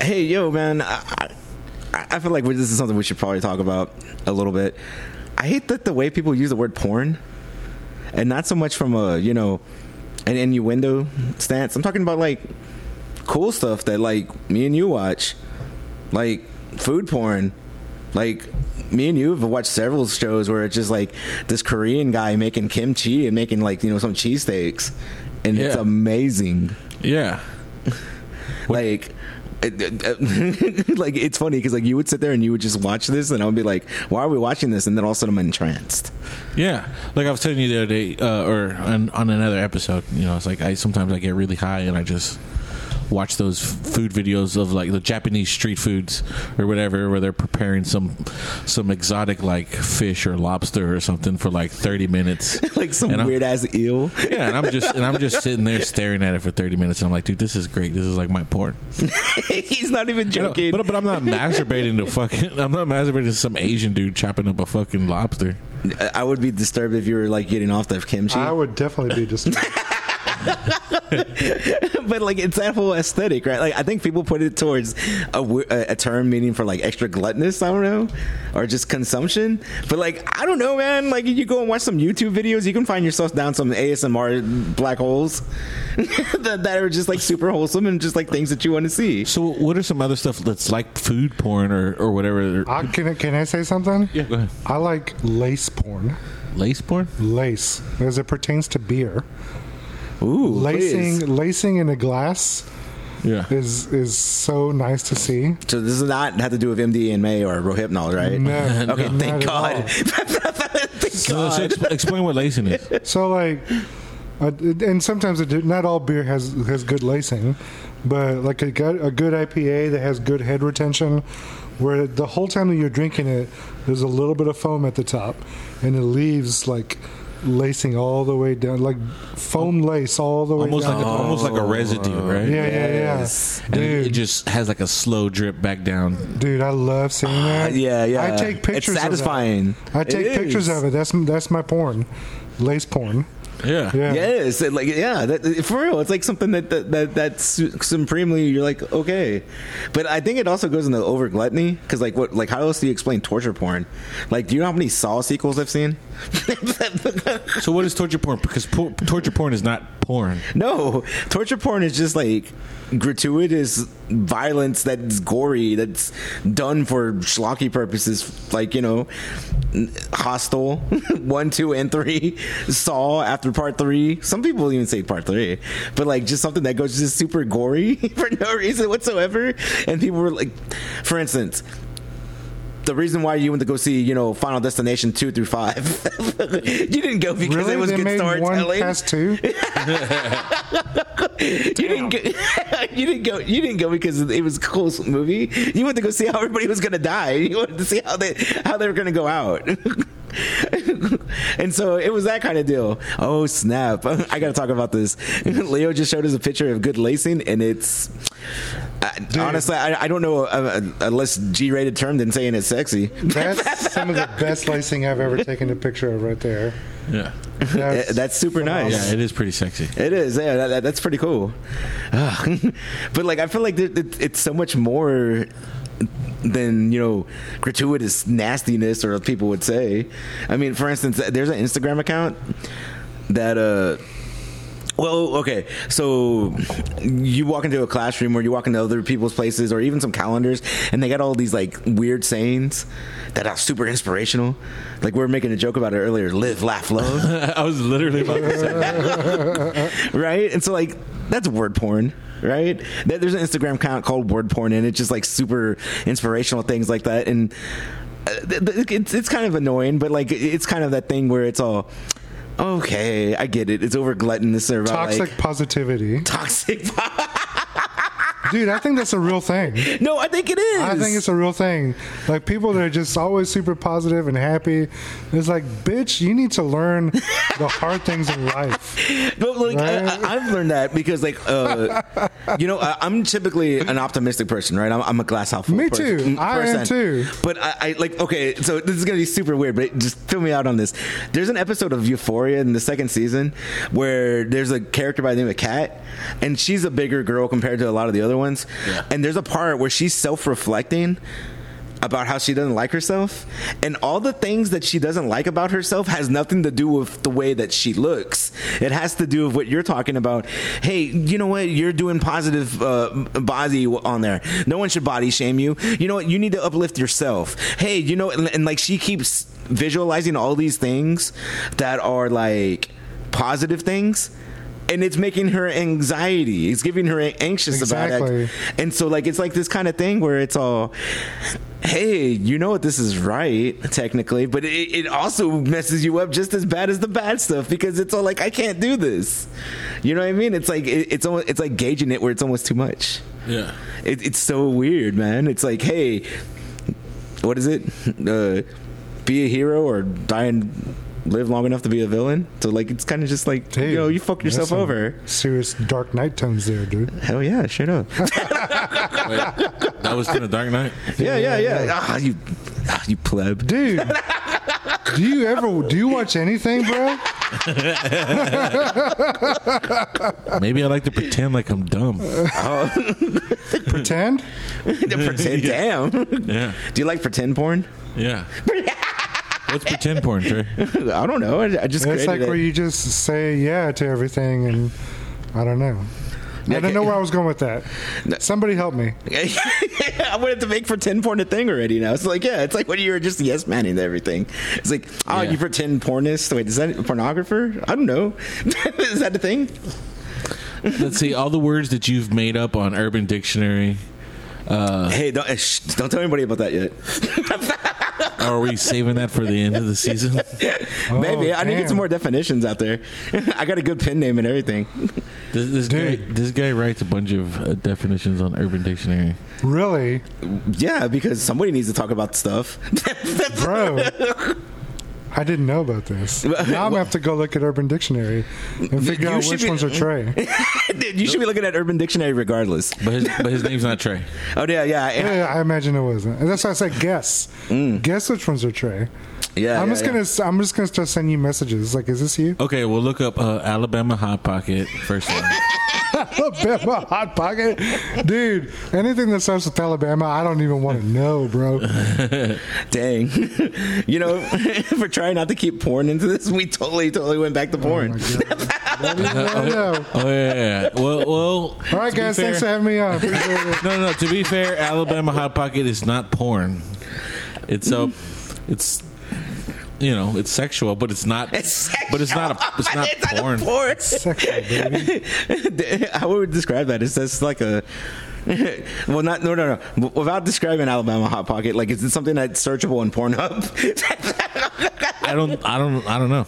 hey, yo, man, I, I, I feel like we- this is something we should probably talk about a little bit. I hate that the way people use the word porn, and not so much from a you know an innuendo stance. I'm talking about like cool stuff that like me and you watch, like food porn, like. Me and you have watched several shows where it's just like this Korean guy making kimchi and making like you know some cheesesteaks, and it's Yeah. amazing Yeah. like it- it- like it's funny because like you would sit there and you would just watch this and I would be like why are we watching this and then all of a sudden I'm entranced Yeah, like I was telling you the other day, uh, or on, on another episode, you know, it's like I sometimes I get really high and I just watch those f- food videos of like the Japanese street foods or whatever, where they're preparing some some exotic like fish or lobster or something for like thirty minutes. like some And I'm- weird ass eel yeah, and I'm just and I'm just sitting there staring at it for thirty minutes, and I'm like, dude, this is great. This is like my porn. he's not even You know, joking But, but I'm not masturbating to fucking. I'm not masturbating to some Asian dude chopping up a fucking lobster. I would be disturbed if you were like getting off the kimchi I would definitely be just. but like it's that whole aesthetic right like I think people put it towards a, wo- a, a term meaning for like extra gluttonous I don't know or just consumption but like I don't know man like you go and watch some YouTube videos you can find yourself down some ASMR black holes that, that are just like super wholesome and just like things that you want to see So, what are some other stuff that's like food porn or, or whatever? I, can, I- can I say something? yeah, go ahead. I like lace porn. Lace porn? Lace, as it pertains to beer. Ooh, Lacing, please. lacing in a glass Yeah. is is so nice to see. So this does not have to do with MDMA or Rohypnol, right? No, Okay, Mm, not thank at God. all. thank So, so God. exp- explain what lacing is. So like, uh, and sometimes it do, not all beer has has good lacing, but like a good, a good IPA that has good head retention, where the whole time that you're drinking it, there's a little bit of foam at the top, and it leaves like lacing all the way down, like foam lace all the way Almost down. like a, almost like a residue, right? yeah, Yes. yeah, And yeah, it, dude. it just has like a slow drip back down. Dude, I love seeing that. Ah, yeah, yeah. I take It's pictures. satisfying. Of that. I It take pictures is. of it. That's that's my porn, lace porn. Yeah. Yeah. Yes, it, like yeah, that, for real. It's like something that that, that that's supremely. You're like okay, but I think it also goes into over gluttony because like what like how else do you explain torture porn? Like, do you know how many Saw sequels I've seen? So, what is torture porn? Because por- torture porn is not porn. No, torture porn is just like gratuitous violence that's gory, that's done for schlocky purposes, like you know, Hostel one, two, and three, Saw after part three. Some people even say part three, but like just something that goes just super gory for no reason whatsoever. And people were like, for instance. The reason why you went to go see, you know, Final Destination two through five, you didn't go because Really, it was they good made one storytelling past two. you didn't go, you didn't go you didn't go because it was a cool movie you went to go see how everybody was gonna die you wanted to see how they how they were gonna go out and so it was that kind of deal oh snap i gotta talk about this leo just showed us a picture of good lacing and it's I, honestly I, I don't know a, a, a less g-rated term than saying it's sexy That's some of the best lacing I've ever taken a picture of right there. Yeah. That's, That's super nice. Yeah, it is pretty sexy. It is, yeah. That, that, that's pretty cool. Ah, but like, I feel like it, it, it's so much more than you know gratuitous nastiness, or people would say. I mean, for instance, there's an Instagram account that uh well, okay. So you walk into a classroom or you walk into other people's places or even some calendars and they got all these like weird sayings that are super inspirational. Like we were making a joke about it earlier, live, laugh, love. I was literally about to say that. right? And so like that's word porn, right? There- There's an Instagram account called Word Porn, and it's just like super inspirational things like that, and uh, th- th- it's it's kind of annoying, but like it's kind of that thing where it's all okay. I get it. It's over gluttonous or about toxic like positivity. toxic. Dude, I think that's a real thing. no, I think it is. I think it's a real thing. Like people that are just always super positive and happy. It's like, bitch, you need to learn the hard things in life. But like Right? I, I, I've learned that because like uh, you know I, I'm typically an optimistic person, right? I'm, I'm a glass half full. Me person, too. mm, I am person. too. But I, I like okay, so this is gonna be super weird, but just fill me out on this. There's an episode of Euphoria in the second season where there's a character by the name of Kat, and she's a bigger girl compared to a lot of the other other ones. Yeah. And there's a part where she's self reflecting about how she doesn't like herself and all the things that she doesn't like about herself has nothing to do with the way that she looks it has to do with what you're talking about hey you know what you're doing positive uh, body on there no one should body shame you you know what you need to uplift yourself hey you know and, and like she keeps visualizing all these things that are like positive things and it's making her anxiety it's giving her anxious about Exactly. it and so like it's like this kind of thing where it's all hey you know what this is right technically but it, it also messes you up just as bad as the bad stuff because it's all like i can't do this you know what i mean it's like it, it's almost it's like gauging it where it's almost too much Yeah. it, it's so weird man it's like hey what is it uh be a hero or die and live long enough to be a villain so like it's kind of just like Dude, you know you fuck that's yourself some over Serious Dark Knight tones there, dude. hell yeah straight up That was in the Dark Knight. Yeah, yeah, Yeah, yeah. Ah, you, ah, you pleb. Dude, do you ever do you watch anything, bro? Maybe I like to pretend like I'm dumb. Pretend? pretend, damn. Yeah. Do you like pretend porn? Yeah. What's pretend porn, Trey? I don't know. I, I just It's created like it. where you just say yeah to everything, and I don't know. I don't know where I was going with that. Somebody help me. I wanted to make pretend porn a thing already. Now it's like, yeah, it's like when you were just yes man into everything. It's like, oh, Yeah. you pretend pornist. Wait, is that pornographer? I don't know. is that a thing? Let's see all the words that you've made up on Urban Dictionary. Uh. Hey, don't, eh, shh, don't tell anybody about that yet. Are we saving that for the end of the season? Maybe I need to get some Oh, damn. more definitions out there. I got a good pen name and everything. This, this guy, Dude. this guy writes a bunch of uh, definitions on Urban Dictionary. Really, Yeah, because somebody needs to talk about stuff. bro? I didn't know about this. Now I'm gonna have to go look at Urban Dictionary and figure you out should which be- ones are Trey. Dude, you should be looking at Urban Dictionary regardless. But his, but his name's not Trey. Oh yeah, yeah, yeah. Yeah, I imagine it wasn't. And that's why I said guess. Guess which ones are Mm. Trey. yeah I'm yeah, just yeah. gonna I'm just gonna start sending you messages. Like, is this you? Okay, we'll look up uh, Alabama Hot Pocket first one. Alabama hot pocket, dude. Anything that starts with Alabama, I don't even want to know, bro. Oh Dang. you know, for trying not to keep porn into this, we totally, totally went Oh back to porn. I know. Uh, Oh yeah, yeah, yeah. Well, well. All right, guys. Thanks for having me on. Appreciate it. No, no. To be fair, Alabama Hot Pocket is not porn. It's a, it's, you know, it's sexual, but it's not. It's But it's not a. It's not It's not a porn. porn. Sexual, baby. How would we describe that? It's just like a. Well, not no no no. W- Without describing Alabama Hot Pocket, like is it something that's searchable in Pornhub? I don't. I don't. I don't know.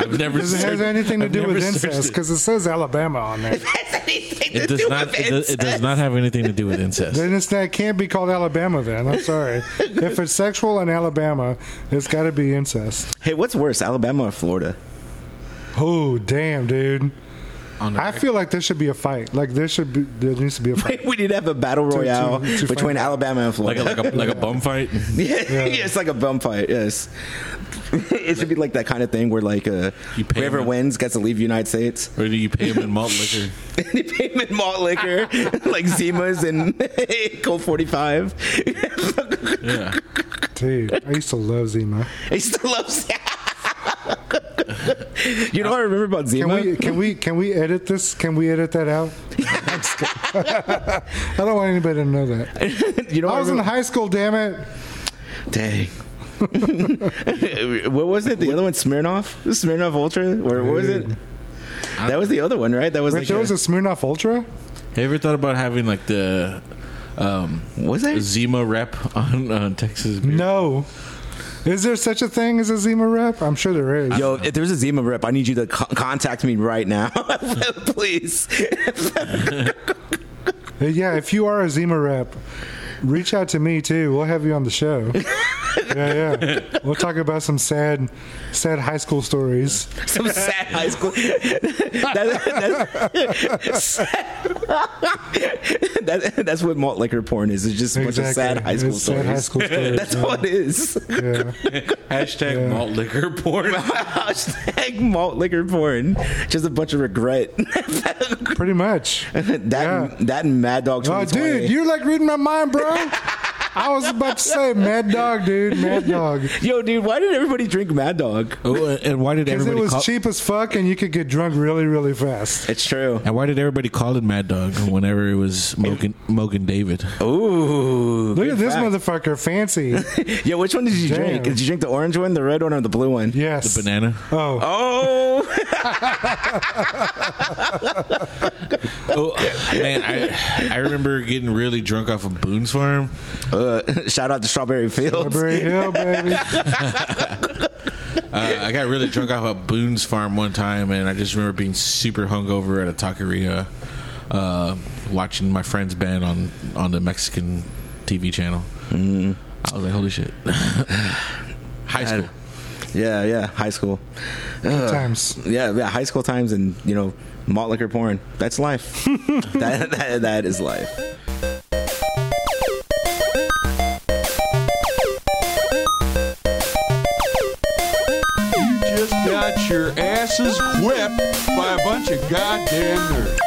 I've never. Does it have searched- anything to I've do with never searched it. incest? Because it says Alabama on there. Has anything to It does do not. with It does, it does incest? not have anything to do with incest. Then it's, it can't be called Alabama. Then I'm sorry. If it's sexual in Alabama, it's got to be incest. Hey, what's worse, Alabama or Florida? Oh damn, dude. On the- I feel like there should be a fight. Like there should be. There needs to be a fight. We need to have a battle royale to find between out. Alabama and like Florida. a, like a like a bum fight. Yeah, yeah, it's like a bum fight. Yes, it should be like that kind of thing where like uh, You pay whoever them. wins gets to leave the United States. Or do you pay him in malt liquor? they pay him in malt liquor, like Zimas and Colt Forty Five. Yeah. Dude, I used to love Zima. he still loves. you know what I remember about Can Zima? we can we can we edit this? Can we edit that out? I'm just kidding. I don't want anybody to know that. you know, I what was in high school, damn it. Dang. what was it? The other one, Smirnoff, Smirnoff Ultra, or what was it? That was the other one, right? That was But like there a- was a Smirnoff Ultra. Have you ever thought about having like the um, was there? Zima rep on on Texas? beer? No, is there such a thing as a Zima rep? I'm sure there is. Yo, if there's a Zima rep, I need you to co- contact me right now, please. Uh, Yeah, if you are a Zima rep, reach out to me too. We'll have you on the show. yeah, yeah. We'll talk about some sad, sad high school stories. Some sad high school. That- that's, that- that's what malt liquor porn is. It's just a bunch of sad high school It's stories. Sad high school stories. that's all it is. yeah. Hashtag malt liquor porn. Hashtag malt liquor porn. Just a bunch of regret. Pretty much. that and, that and Mad Dog. Oh, 2020. dude, you like reading my mind, bro. I was about to say Mad Dog, dude. Mad Dog. Yo, dude, why did everybody drink Mad Dog? Oh, and- and why did Because it everybody was call, cheap as fuck and you could get drunk really, really fast. It's true. And why did everybody call it Mad Dog whenever it was Mogan, Mogan David? Ooh, Look at this fact. motherfucker. Fancy. Yo, which one did you Damn. drink? Did you drink the orange one, the red one, or the blue one? Yes. Banana. Oh. Oh, Oh man, I I remember getting really drunk off of Boone's Farm. uh, shout out to Strawberry Fields. Strawberry Hill, baby. Uh, I got really drunk off of Boone's Farm one time, and I just remember being super hungover at a taqueria, uh, watching my friend's band on on the Mexican TV channel. I was like, holy shit! High school. Yeah, yeah, high school. Ugh. Times. Yeah, yeah, high school times and you know, malt liquor porn. That's life. that, that that is life. You just got your asses whipped by a bunch of goddamn nerds.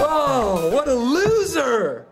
Oh, what a loser!